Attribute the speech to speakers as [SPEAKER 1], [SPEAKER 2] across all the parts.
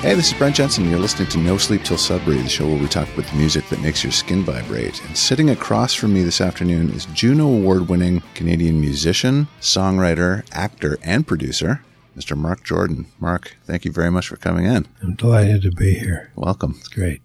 [SPEAKER 1] Hey, this is Brent Jensen. and You're listening to No Sleep Till Sudbury, the show where we talk about the music that makes your skin vibrate. And sitting across from me this afternoon is Juno Award winning Canadian musician, songwriter, actor, and producer, Mr. Mark Jordan. Mark, thank you very much for coming in.
[SPEAKER 2] I'm delighted to be here.
[SPEAKER 1] Welcome.
[SPEAKER 2] It's great.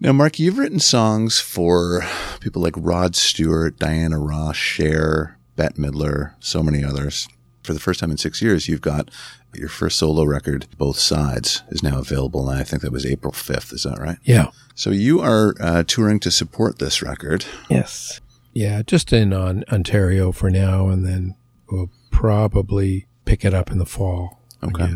[SPEAKER 1] Now, Mark, you've written songs for people like Rod Stewart, Diana Ross, Cher, Bette Midler, so many others. For the first time in six years, you've got your first solo record, Both Sides, is now available. And I think that was April 5th. Is that right?
[SPEAKER 2] Yeah.
[SPEAKER 1] So you are uh, touring to support this record.
[SPEAKER 2] Yes. Yeah, just in on Ontario for now, and then we'll probably pick it up in the fall.
[SPEAKER 1] Okay.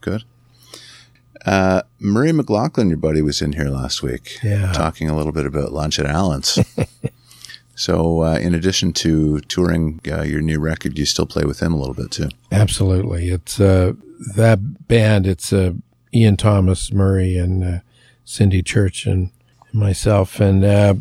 [SPEAKER 1] Good. Uh, Murray McLaughlin, your buddy, was in here last week
[SPEAKER 2] Yeah.
[SPEAKER 1] talking a little bit about Lunch at Allen's. so, uh, in addition to touring uh, your new record, you still play with him a little bit too.
[SPEAKER 2] Absolutely. It's uh, that band. It's uh, Ian Thomas Murray and uh, Cindy Church and myself, and uh,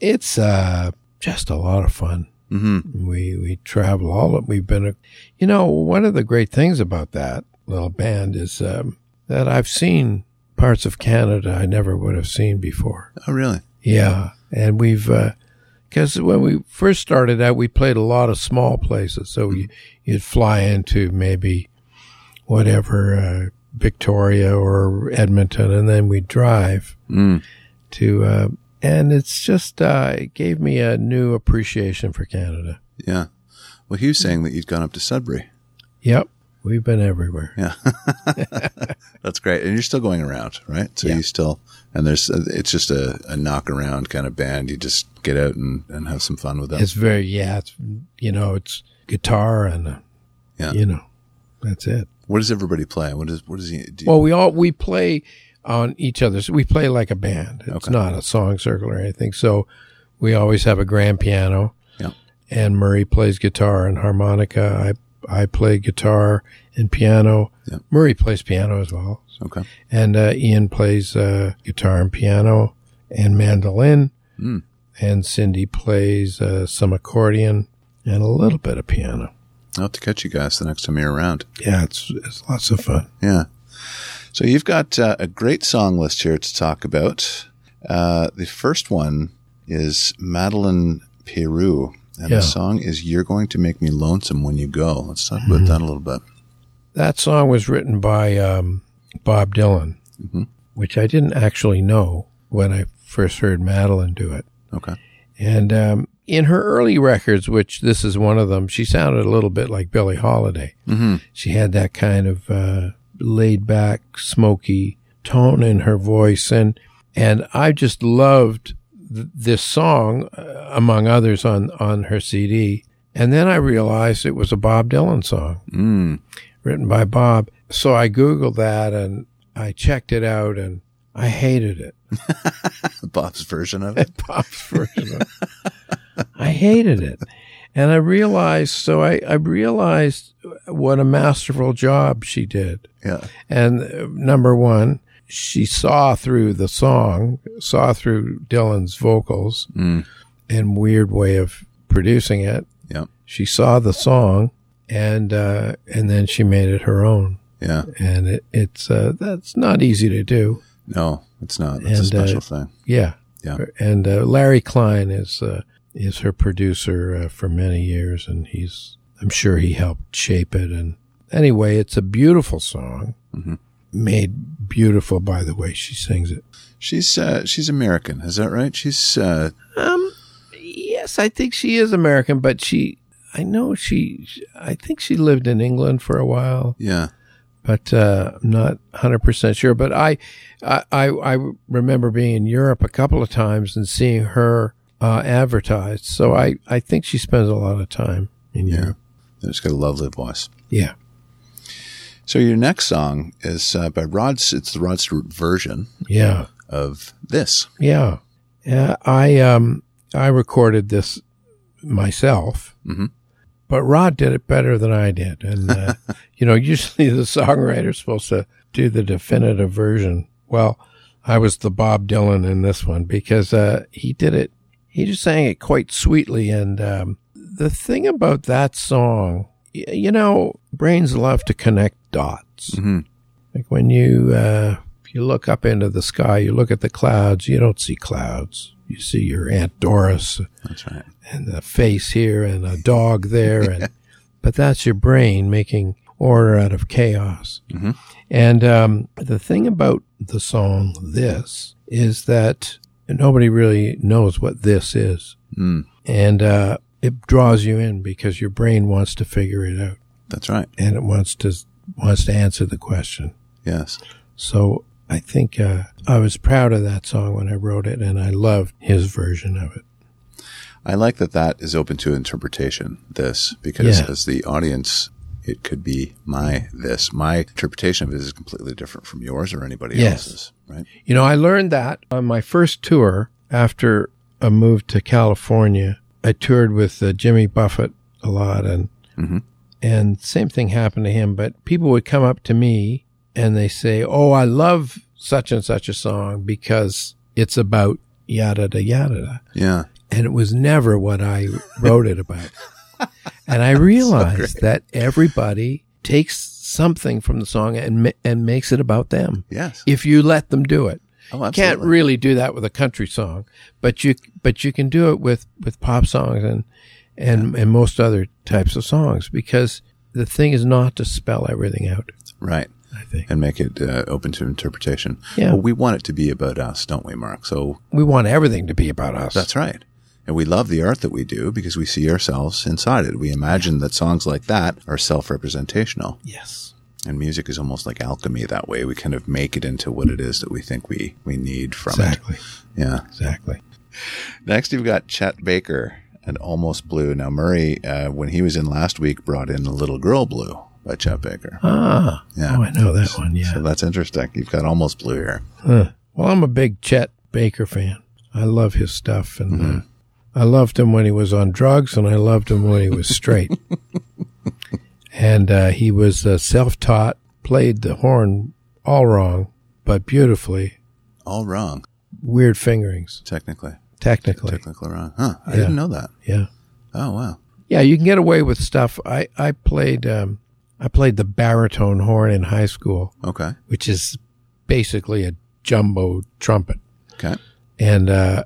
[SPEAKER 2] it's uh, just a lot of fun. Mm-hmm. We we travel all. We've been, a, you know, one of the great things about that little band is um, that I've seen parts of Canada I never would have seen before.
[SPEAKER 1] Oh, really?
[SPEAKER 2] Yeah, and we've because when we first started out, we played a lot of small places. So you, you'd fly into maybe whatever uh, Victoria or Edmonton, and then we'd drive
[SPEAKER 1] Mm.
[SPEAKER 2] to. Uh, and it's just uh, it gave me a new appreciation for Canada.
[SPEAKER 1] Yeah. Well, he was saying that you'd gone up to Sudbury.
[SPEAKER 2] Yep, we've been everywhere.
[SPEAKER 1] Yeah. That's great. And you're still going around, right? So
[SPEAKER 2] Yeah.
[SPEAKER 1] you still, and there's, uh, it's just a, a knock around kind of band. You just get out and, and have some fun with them.
[SPEAKER 2] It's very yeah, it's you know it's guitar and uh,
[SPEAKER 1] Yeah.
[SPEAKER 2] you know that's it.
[SPEAKER 1] what does everybody play? What is, what is he do? you-
[SPEAKER 2] Well, we all we play on each other's. We play like a band. It's
[SPEAKER 1] Okay.
[SPEAKER 2] not a song circle or anything. So we always have a grand piano.
[SPEAKER 1] Yeah.
[SPEAKER 2] And Murray plays guitar and harmonica. I I play guitar and piano.
[SPEAKER 1] Yeah.
[SPEAKER 2] Murray plays piano as well.
[SPEAKER 1] okay.
[SPEAKER 2] And uh, Ian plays uh, guitar and piano and mandolin.
[SPEAKER 1] Mm.
[SPEAKER 2] And Cindy plays uh, some accordion and a little bit of piano.
[SPEAKER 1] I'll have to catch you guys the next time you're around.
[SPEAKER 2] Yeah, it's it's lots of fun.
[SPEAKER 1] Yeah. So you've got uh, a great song list here to talk about. Uh, the first one is Madeline Peru, and
[SPEAKER 2] Yeah.
[SPEAKER 1] the song is "You're Going to Make Me Lonesome When You Go." Let's talk
[SPEAKER 2] Mm-hmm.
[SPEAKER 1] about that a little bit.
[SPEAKER 2] that song was written by um, Bob Dylan, which I didn't actually know when I first heard Madeline do it.
[SPEAKER 1] Okay.
[SPEAKER 2] And um, in her early records, which this is one of them, she sounded a little bit like Billie Holiday.
[SPEAKER 1] Mhm.
[SPEAKER 2] She had that kind of uh, laid back, smoky tone in her voice, and and I just loved th- this song, uh, among others, on on her CD. And then I realized it was a Bob Dylan song
[SPEAKER 1] Mm.
[SPEAKER 2] written by Bob. So I Googled that and I checked it out and I hated it.
[SPEAKER 1] Bob's version of it.
[SPEAKER 2] Bob's version. of it. I hated it. And I realized, so I, I realized what a masterful job she did.
[SPEAKER 1] Yeah.
[SPEAKER 2] And uh, number one, she saw through the song, saw through Dylan's vocals
[SPEAKER 1] Mm.
[SPEAKER 2] and weird way of producing it.
[SPEAKER 1] Yeah.
[SPEAKER 2] She saw the song and, uh, and then she made it her own.
[SPEAKER 1] Yeah.
[SPEAKER 2] and it, it's uh, that's not easy to do.
[SPEAKER 1] No, it's not. It's a
[SPEAKER 2] And, uh,
[SPEAKER 1] special thing.
[SPEAKER 2] Yeah,
[SPEAKER 1] Yeah.
[SPEAKER 2] And uh, Larry Klein is uh, is her producer uh, for many years, and he's I'm sure he helped shape it. And anyway, it's a beautiful song,
[SPEAKER 1] Mhm.
[SPEAKER 2] made beautiful by the way she sings it.
[SPEAKER 1] She's uh, she's American. Is that right? She's uh,
[SPEAKER 2] Um, yes, I think she is American, but she. I know she, I think she lived in England for a while.
[SPEAKER 1] yeah.
[SPEAKER 2] but uh, I'm not 100% sure. But I, I, I, I remember being in Europe a couple of times and seeing her uh, advertised. So I, I think she spends a lot of time in
[SPEAKER 1] Yeah.
[SPEAKER 2] Europe.
[SPEAKER 1] She's got a lovely voice.
[SPEAKER 2] Yeah.
[SPEAKER 1] So your next song is uh, by Rod. It's the Rod Stewart version
[SPEAKER 2] Yeah.
[SPEAKER 1] of this.
[SPEAKER 2] Yeah. Yeah. I, um, I recorded this myself.
[SPEAKER 1] Mhm.
[SPEAKER 2] But Rod did it better than I did. And, uh, you know, usually the songwriter's supposed to do the definitive version. Well, I was the Bob Dylan in this one because uh, he did it. He just sang it quite sweetly. And um, the thing about that song, y- you know, brains love to connect dots.
[SPEAKER 1] Mhm.
[SPEAKER 2] Like when you uh, you look up into the sky, you look at the clouds. You don't see clouds. You see your Aunt Doris
[SPEAKER 1] That's right.
[SPEAKER 2] and a face here and a dog there, and but that's your brain making order out of chaos.
[SPEAKER 1] Mhm.
[SPEAKER 2] And um, the thing about the song "This" is that nobody really knows what this is,
[SPEAKER 1] Mm,
[SPEAKER 2] and uh, it draws you in because your brain wants to figure it out
[SPEAKER 1] that's right.
[SPEAKER 2] and it wants to wants to answer the question.
[SPEAKER 1] Yes.
[SPEAKER 2] So I think uh, I was proud of that song when I wrote it, and I loved his version of it.
[SPEAKER 1] I like that that is open to interpretation, this, because
[SPEAKER 2] Yeah.
[SPEAKER 1] as the audience, it could be my this. My interpretation of it is completely different from yours or anybody
[SPEAKER 2] Yes.
[SPEAKER 1] else's, right?
[SPEAKER 2] You know, I learned that on my first tour after I moved to California. I toured with uh, Jimmy Buffett a lot, and
[SPEAKER 1] Mhm.
[SPEAKER 2] and same thing happened to him. But people would come up to me and they say, "Oh, I love such and such a song because it's about yada da yada da,"
[SPEAKER 1] Yeah.
[SPEAKER 2] and it was never what I wrote it about. and I realized that everybody takes something from the song and ma- and makes it about them
[SPEAKER 1] Yes.
[SPEAKER 2] if you let them do it
[SPEAKER 1] Oh, absolutely.
[SPEAKER 2] can't really do that with a country song, but you but you can do it with with pop songs and and and most other types of songs because the thing is not to spell everything out.
[SPEAKER 1] right.
[SPEAKER 2] I think
[SPEAKER 1] And make it uh, open to interpretation.
[SPEAKER 2] Yeah.
[SPEAKER 1] Well, we want it to be about us, don't we, Mark? So
[SPEAKER 2] we want everything to be about us.
[SPEAKER 1] That's right. And we love the art that we do because we see ourselves inside it. We imagine that songs like that are self representational.
[SPEAKER 2] yes,
[SPEAKER 1] And music is almost like alchemy that way. We kind of make it into what it is that we think we, we need from
[SPEAKER 2] exactly,
[SPEAKER 1] it. Yeah.
[SPEAKER 2] exactly.
[SPEAKER 1] Next, you've got Chet Baker and Almost Blue. Now, Murray, uh, when he was in last week, brought in Little Girl Blue by Chet Baker.
[SPEAKER 2] Ah,
[SPEAKER 1] Yeah.
[SPEAKER 2] oh, I know that one. Yeah.
[SPEAKER 1] So that's interesting. You've got Almost Blue here.
[SPEAKER 2] Huh. Well, I'm a big Chet Baker fan. I love his stuff, and uh, I loved him when he was on drugs, and I loved him when he was straight. and uh, he was uh, self-taught, played the horn all wrong, but beautifully.
[SPEAKER 1] All wrong,
[SPEAKER 2] Weird fingerings,
[SPEAKER 1] technically.
[SPEAKER 2] technically.
[SPEAKER 1] Technically wrong. Huh. I
[SPEAKER 2] Yeah.
[SPEAKER 1] didn't know that.
[SPEAKER 2] Yeah,
[SPEAKER 1] Oh, wow.
[SPEAKER 2] yeah. You can get away with stuff. I I played um, I played the baritone horn in high school,
[SPEAKER 1] Okay.
[SPEAKER 2] which is basically a jumbo trumpet.
[SPEAKER 1] Okay.
[SPEAKER 2] And uh,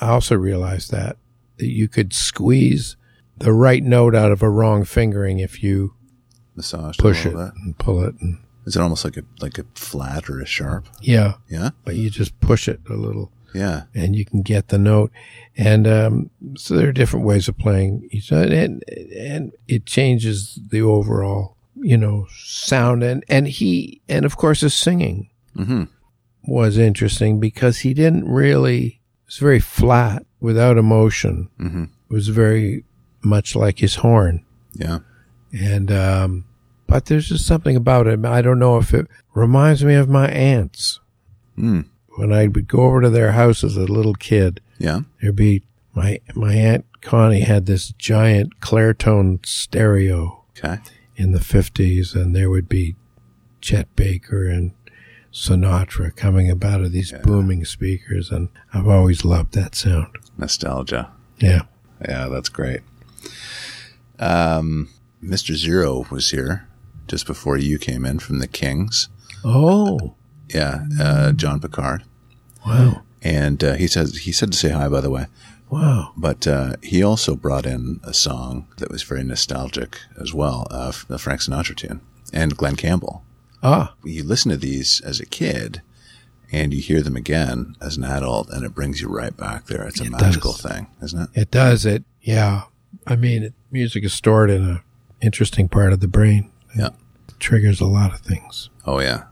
[SPEAKER 2] I also realized that, that you could squeeze the right note out of a wrong fingering if you
[SPEAKER 1] Massage.
[SPEAKER 2] push it
[SPEAKER 1] Bit.
[SPEAKER 2] and pull it. And,
[SPEAKER 1] Is it almost like a like a flat or a sharp?
[SPEAKER 2] yeah,
[SPEAKER 1] Yeah,
[SPEAKER 2] but you just push it a little
[SPEAKER 1] yeah,
[SPEAKER 2] and you can get the note. And um, so there are different ways of playing each other, and and it changes the overall you know sound. And and he and of course his singing
[SPEAKER 1] Mhm.
[SPEAKER 2] was interesting because he didn't really. It's very flat without emotion.
[SPEAKER 1] Mhm.
[SPEAKER 2] It was very much like his horn,
[SPEAKER 1] yeah.
[SPEAKER 2] and um, but there's just something about him. I don't know if it reminds me of my aunts
[SPEAKER 1] Mm.
[SPEAKER 2] when I would go over to their house as a little kid.
[SPEAKER 1] Yeah.
[SPEAKER 2] There'd be my my aunt Connie had this giant Claritone stereo
[SPEAKER 1] Okay.
[SPEAKER 2] in the fifties, and there would be Chet Baker and Sinatra coming up out of these booming speakers, and I've always loved that sound.
[SPEAKER 1] Nostalgia.
[SPEAKER 2] Yeah,
[SPEAKER 1] Yeah, that's great. Um, Mr. Zero was here just before you came in from the Kings.
[SPEAKER 2] oh
[SPEAKER 1] Yeah, uh, John Picard,
[SPEAKER 2] wow,
[SPEAKER 1] and uh, he says he said to say hi. By the way,
[SPEAKER 2] wow,
[SPEAKER 1] but uh, he also brought in a song that was very nostalgic as well, uh, f- the Frank Sinatra tune and Glenn Campbell.
[SPEAKER 2] ah,
[SPEAKER 1] you listen to these as a kid and you hear them again as an adult and it brings you right back there. It's a magical thing, isn't it?
[SPEAKER 2] it does it. Yeah, I mean, it, music is stored in a interesting part of the brain.
[SPEAKER 1] Yeah.
[SPEAKER 2] It triggers a lot of things.
[SPEAKER 1] Oh yeah.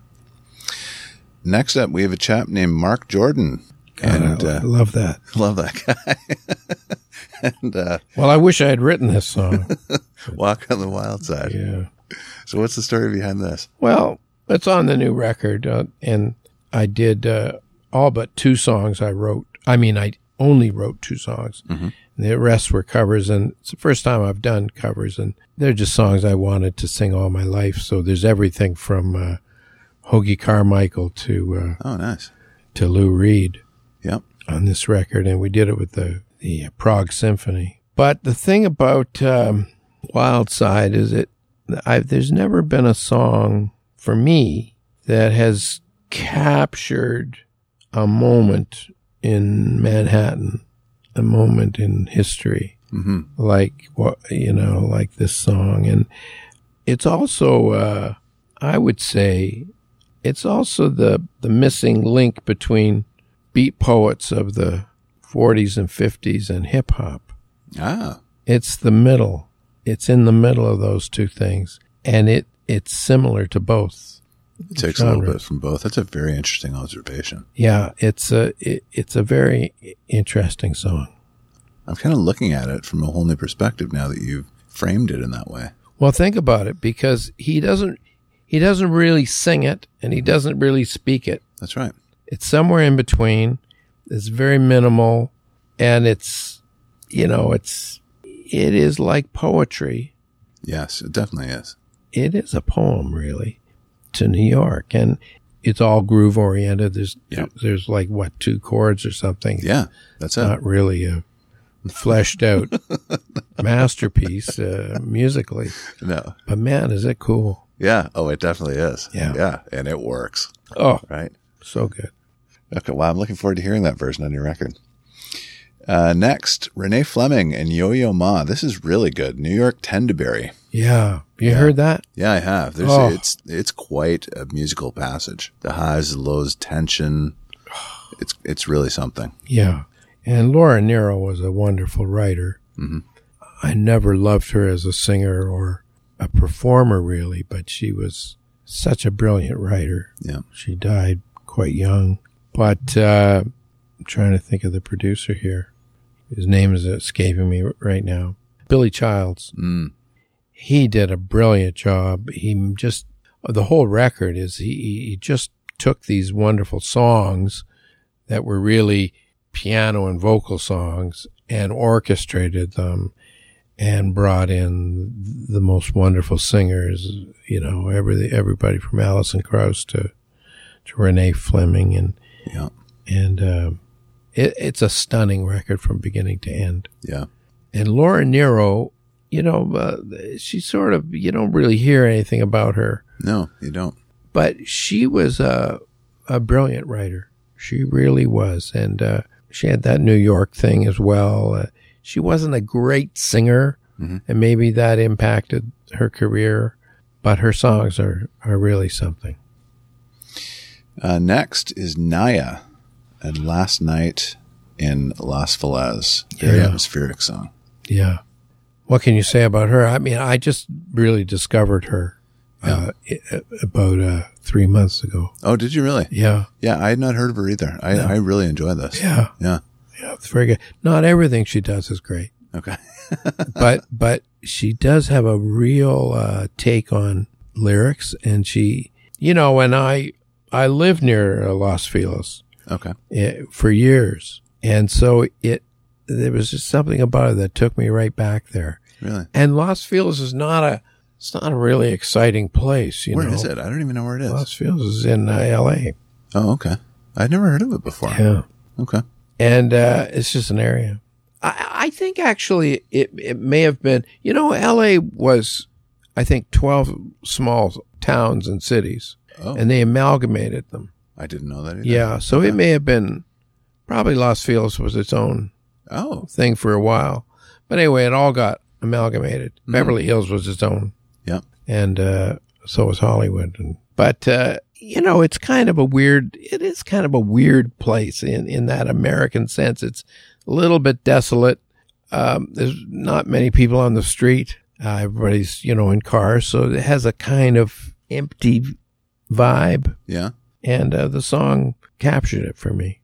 [SPEAKER 1] Next up, we have a chap named Mark Jordan. and
[SPEAKER 2] I, I
[SPEAKER 1] uh,
[SPEAKER 2] love that.
[SPEAKER 1] love that guy. and uh,
[SPEAKER 2] Well, I wish I had written this song.
[SPEAKER 1] Walk on the Wild Side.
[SPEAKER 2] yeah.
[SPEAKER 1] So, what's the story behind this?
[SPEAKER 2] Well, it's on the new record, uh, and I did uh, all but two songs I wrote. I mean, I only wrote two songs. The rest were covers, and it's the first time I've done covers, and they're just songs I wanted to sing all my life. So there's everything from uh, Hoagie Carmichael to uh,
[SPEAKER 1] Oh, nice.
[SPEAKER 2] to Lou Reed
[SPEAKER 1] Yep.
[SPEAKER 2] on this record, and we did it with the the Prague Symphony. But the thing about um, Wild Side is it, I've, there's never been a song for me that has captured a moment in Manhattan, a moment in history,
[SPEAKER 1] hmm
[SPEAKER 2] like what you know, like this song, and it's also, uh, I would say, it's also the the missing link between beat poets of the 40s and 50s and hip hop.
[SPEAKER 1] Ah,
[SPEAKER 2] It's the middle. It's in the middle of those two things, and it it's similar to both.
[SPEAKER 1] it takes a little
[SPEAKER 2] Genre.
[SPEAKER 1] bit from both. That's a very interesting observation.
[SPEAKER 2] Yeah, it's a it, it's a very interesting song.
[SPEAKER 1] I'm kind of looking at it from a whole new perspective now that you've framed it in that way.
[SPEAKER 2] Well, think about it because he doesn't he doesn't really sing it and he doesn't really speak it.
[SPEAKER 1] That's right.
[SPEAKER 2] It's somewhere in between. It's very minimal and it's you know, it's it is like poetry.
[SPEAKER 1] Yes, it definitely is.
[SPEAKER 2] It is a poem really to New York and it's all groove oriented. There's
[SPEAKER 1] Yeah.
[SPEAKER 2] there's like what two chords or something.
[SPEAKER 1] Yeah, that's it.
[SPEAKER 2] not really a fleshed out masterpiece uh, musically.
[SPEAKER 1] no.
[SPEAKER 2] But man, is it cool!
[SPEAKER 1] Yeah. Oh, it definitely is.
[SPEAKER 2] Yeah.
[SPEAKER 1] Yeah. And it works.
[SPEAKER 2] Oh,
[SPEAKER 1] Right.
[SPEAKER 2] so good.
[SPEAKER 1] Okay. Well, I'm looking forward to hearing that version on your record. Uh, next, Renee Fleming and Yo Yo Ma. This is really good. New York Tenderberry.
[SPEAKER 2] Yeah, you heard that?
[SPEAKER 1] Yeah, I have. There's
[SPEAKER 2] Oh.
[SPEAKER 1] it's it's quite a musical passage. The highs, the lows, tension. It's it's really something.
[SPEAKER 2] Yeah. And Laura Nero was a wonderful writer.
[SPEAKER 1] Mhm.
[SPEAKER 2] I never loved her as a singer or a performer, really, but she was such a brilliant writer.
[SPEAKER 1] Yeah.
[SPEAKER 2] She died quite young. But uh, I'm trying to think of the producer here. His name is escaping me right now. Billy Childs.
[SPEAKER 1] Mm.
[SPEAKER 2] He did a brilliant job. He just, the whole record is he, he he just took these wonderful songs that were really piano and vocal songs and orchestrated them and brought in the most wonderful singers, you know, every, everybody from Alison Krauss to, to Renee Fleming and,
[SPEAKER 1] Yeah.
[SPEAKER 2] and, um, it, it's a stunning record from beginning to end.
[SPEAKER 1] Yeah.
[SPEAKER 2] And Laura Nero, you know, uh, she sort of, you don't really hear anything about her,
[SPEAKER 1] No, you don't.
[SPEAKER 2] but she was a, a brilliant writer. She really was. And uh, she had that New York thing as well. Uh, she wasn't a great singer,
[SPEAKER 1] Mhm.
[SPEAKER 2] and maybe that impacted her career, but her songs are, are really something.
[SPEAKER 1] Uh, next is Naya and Last Night in Las Feliz. Very
[SPEAKER 2] Yeah.
[SPEAKER 1] atmospheric song.
[SPEAKER 2] Yeah. What can you say about her? I mean, I just really discovered her uh, i- about uh, three months ago.
[SPEAKER 1] Oh, did you really?
[SPEAKER 2] Yeah.
[SPEAKER 1] Yeah, I had not heard of her either. I, I really enjoy this.
[SPEAKER 2] Yeah.
[SPEAKER 1] Yeah.
[SPEAKER 2] Yeah, it's very good. Not everything she does is great,
[SPEAKER 1] Okay.
[SPEAKER 2] but but she does have a real uh, take on lyrics, and she, you know, and I I lived near uh, Los Feliz
[SPEAKER 1] Okay.
[SPEAKER 2] eh, for years, and so it there was just something about it that took me right back there.
[SPEAKER 1] Really?
[SPEAKER 2] And Los Feliz is not a it's not a really exciting place, you
[SPEAKER 1] Where is
[SPEAKER 2] know.
[SPEAKER 1] it? I don't even know where it is.
[SPEAKER 2] Los Feliz is in uh, L.A.
[SPEAKER 1] Oh, okay. I'd never heard of it before.
[SPEAKER 2] Yeah.
[SPEAKER 1] Okay.
[SPEAKER 2] and uh, it's just an area. I, I think actually it it may have been you know L.A. was I think twelve small towns and cities,
[SPEAKER 1] Oh,
[SPEAKER 2] and they amalgamated them.
[SPEAKER 1] I didn't know that either.
[SPEAKER 2] Yeah, so it may have been probably Los Feliz was its own
[SPEAKER 1] Oh,
[SPEAKER 2] thing for a while, but anyway, it all got amalgamated. Beverly Hills was its own
[SPEAKER 1] yeah.
[SPEAKER 2] and uh, so was Hollywood. And, but uh, you know, it's kind of a weird. It is kind of a weird place in in that American sense. It's a little bit desolate. Um, there's not many people on the street. Uh, everybody's you know in cars, so it has a kind of empty vibe.
[SPEAKER 1] Yeah.
[SPEAKER 2] And uh, the song captured it for me.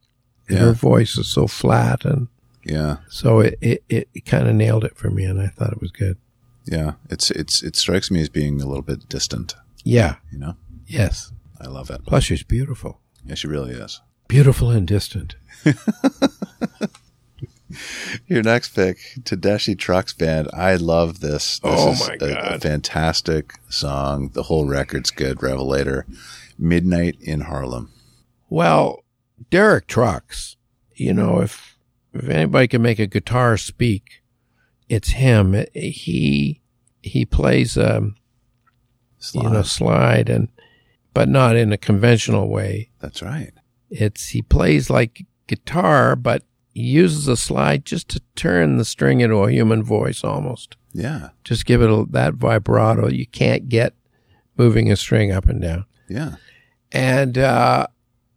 [SPEAKER 1] Yeah.
[SPEAKER 2] Her voice is so flat, and
[SPEAKER 1] Yeah.
[SPEAKER 2] so it it, it kind of nailed it for me, and I thought it was good.
[SPEAKER 1] Yeah. It's, it's, it strikes me as being a little bit distant,
[SPEAKER 2] Yeah.
[SPEAKER 1] you know?
[SPEAKER 2] Yes.
[SPEAKER 1] I love it.
[SPEAKER 2] Plus, she's beautiful.
[SPEAKER 1] Yeah, she really is.
[SPEAKER 2] Beautiful and distant.
[SPEAKER 1] Your next pick, Tadashi Trucks Band. I love this. this
[SPEAKER 2] Oh
[SPEAKER 1] is
[SPEAKER 2] my
[SPEAKER 1] a- A,
[SPEAKER 2] God.
[SPEAKER 1] fantastic song. The whole record's good. Revelator, Midnight in Harlem.
[SPEAKER 2] Well, Derek Trucks, you know, if if anybody can make a guitar speak, it's him. It- He he plays um,
[SPEAKER 1] Slide.
[SPEAKER 2] you know slide and but not in a conventional way.
[SPEAKER 1] That's right.
[SPEAKER 2] It's he plays like guitar, but he uses a slide just to turn the string into a human voice almost.
[SPEAKER 1] Yeah.
[SPEAKER 2] Just give it a, that vibrato you can't get moving a string up and down.
[SPEAKER 1] Yeah.
[SPEAKER 2] And uh,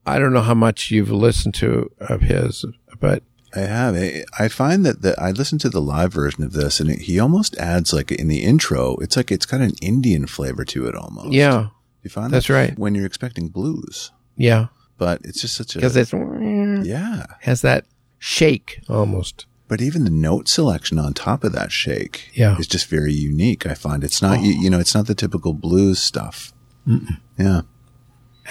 [SPEAKER 2] I don't know how much you've listened to of his, but
[SPEAKER 1] I have. I- I find that the, I listen to the live version of this and it, he almost adds like in the intro, it's like it's got an Indian flavor to it almost.
[SPEAKER 2] yeah,
[SPEAKER 1] You find
[SPEAKER 2] that's right.
[SPEAKER 1] when you're expecting blues,
[SPEAKER 2] Yeah,
[SPEAKER 1] but it's just such
[SPEAKER 2] because
[SPEAKER 1] a,
[SPEAKER 2] it's Mm.
[SPEAKER 1] yeah.
[SPEAKER 2] has that shake almost.
[SPEAKER 1] But even the note selection on top of that shake
[SPEAKER 2] Yeah. Oh.
[SPEAKER 1] is just very unique. I find it's not, you, you know, it's not the typical blues stuff. Yeah.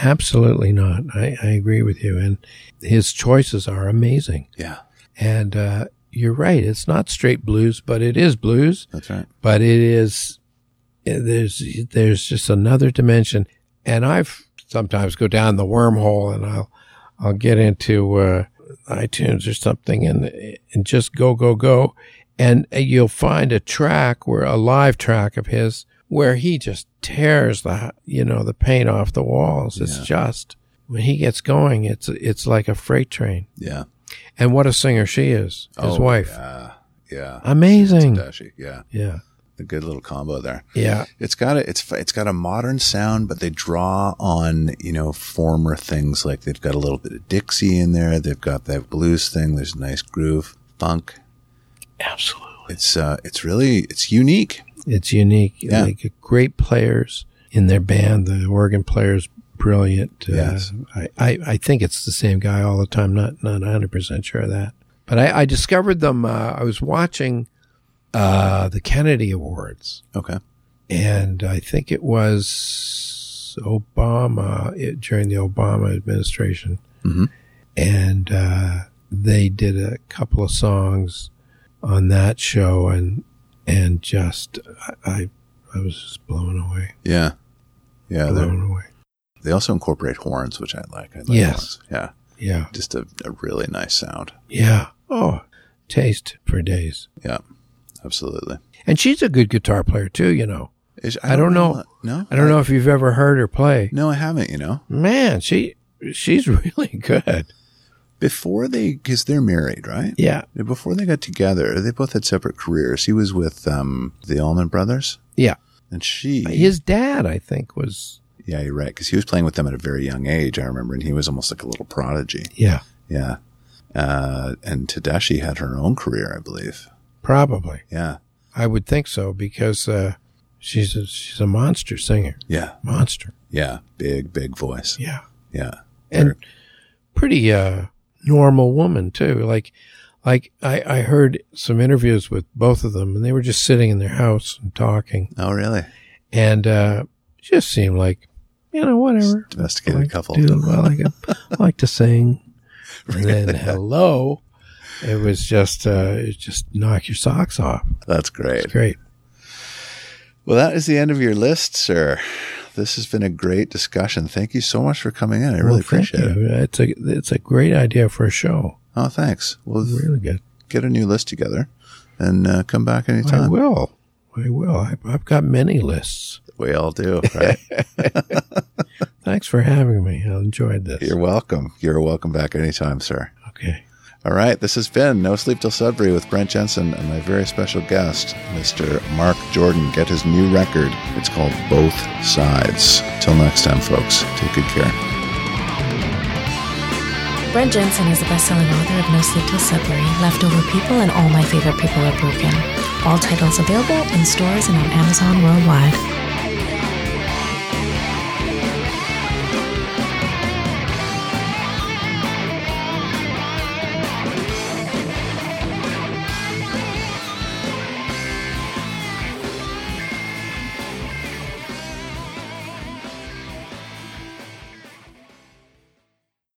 [SPEAKER 2] Absolutely not. I, I agree with you. And his choices are amazing.
[SPEAKER 1] Yeah.
[SPEAKER 2] And uh, you're right. It's not straight blues, but it is blues.
[SPEAKER 1] That's right.
[SPEAKER 2] But it is eh, there's there's just another dimension. And I've sometimes go down the wormhole, and I'll I'll get into uh, iTunes or something, and and just go go go, and eh, you'll find a track where a live track of his where he just tears the you know the paint off the walls. It's
[SPEAKER 1] Yeah.
[SPEAKER 2] just when he gets going, it's it's like a freight train.
[SPEAKER 1] Yeah.
[SPEAKER 2] And what a singer she is, his
[SPEAKER 1] Oh,
[SPEAKER 2] wife.
[SPEAKER 1] Yeah. Yeah.
[SPEAKER 2] Amazing.
[SPEAKER 1] Dashi. Yeah.
[SPEAKER 2] Yeah.
[SPEAKER 1] A good little combo there.
[SPEAKER 2] Yeah.
[SPEAKER 1] It's got a it's it's got a modern sound, but they draw on you know former things like they've got a little bit of Dixie in there. They've got that blues thing. There's a nice groove, funk.
[SPEAKER 2] Absolutely.
[SPEAKER 1] It's uh it's really it's unique.
[SPEAKER 2] It's unique.
[SPEAKER 1] Yeah.
[SPEAKER 2] Like great players in their band. The organ player's brilliant. Uh,
[SPEAKER 1] Yes.
[SPEAKER 2] I, I, I think it's the same guy all the time. Not not 100% sure of that. But I, I discovered them. Uh, I was watching uh, the Kennedy Awards,
[SPEAKER 1] Okay.
[SPEAKER 2] and I think it was Obama it, during the Obama administration.
[SPEAKER 1] Mhm.
[SPEAKER 2] and uh, they did a couple of songs on that show, and and just I I was just blown away,
[SPEAKER 1] Yeah. Yeah. They
[SPEAKER 2] blown away.
[SPEAKER 1] they also incorporate horns, which I like. I like
[SPEAKER 2] Yes.
[SPEAKER 1] horns. Yeah.
[SPEAKER 2] Yeah,
[SPEAKER 1] Just a, a really nice sound.
[SPEAKER 2] yeah. Oh, taste for days.
[SPEAKER 1] Yeah. Absolutely.
[SPEAKER 2] And she's a good guitar player too. You know,
[SPEAKER 1] Is-
[SPEAKER 2] I don't know.
[SPEAKER 1] No.
[SPEAKER 2] I don't know if you've ever heard her play.
[SPEAKER 1] No, I haven't. You know.
[SPEAKER 2] Man, she she's really good.
[SPEAKER 1] before they because they're married right
[SPEAKER 2] Yeah,
[SPEAKER 1] before they got together they both had separate careers he was with um the allman brothers
[SPEAKER 2] yeah.
[SPEAKER 1] and she
[SPEAKER 2] His dad, I think, was
[SPEAKER 1] yeah you're right because he was playing with them at a very young age i remember and he was almost like a little prodigy
[SPEAKER 2] yeah,
[SPEAKER 1] yeah uh and tadashi had her own career i believe
[SPEAKER 2] probably.
[SPEAKER 1] yeah
[SPEAKER 2] I would think so because uh, she's a, she's a monster singer.
[SPEAKER 1] yeah
[SPEAKER 2] monster.
[SPEAKER 1] yeah big big voice
[SPEAKER 2] Yeah.
[SPEAKER 1] yeah
[SPEAKER 2] And pretty uh normal woman too. Like like I, I heard some interviews with both of them and they were just sitting in their house and talking
[SPEAKER 1] oh really
[SPEAKER 2] and uh just seemed like, you know, whatever. I
[SPEAKER 1] domesticated
[SPEAKER 2] like
[SPEAKER 1] couple
[SPEAKER 2] To do, I like, I like to sing. And then hello. It was just uh it just knock your socks off.
[SPEAKER 1] that's great
[SPEAKER 2] It's great.
[SPEAKER 1] Well, that is the end of your list, sir. This has been a great discussion. Thank you so much for coming in. I really
[SPEAKER 2] Well, thank
[SPEAKER 1] appreciate it.
[SPEAKER 2] you. It's a it's a great idea for a show.
[SPEAKER 1] Oh, thanks. We'll
[SPEAKER 2] Really good.
[SPEAKER 1] get a new list together and uh, come back
[SPEAKER 2] I
[SPEAKER 1] anytime.
[SPEAKER 2] will. I will. I, I've got many lists.
[SPEAKER 1] We all do, right?
[SPEAKER 2] Thanks for having me. I enjoyed this.
[SPEAKER 1] You're welcome. You're welcome back anytime, sir.
[SPEAKER 2] okay.
[SPEAKER 1] All right. This has been No Sleep Till Sudbury with Brent Jensen and my very special guest, Mr. Mark Jordan. Get his new record. It's called Both Sides. Till next time, folks. Take good care.
[SPEAKER 3] Brent Jensen is the best-selling author of No Sleep Till Sudbury, Leftover People, and All My Favorite People Are Broken. All titles available in stores and on Amazon worldwide.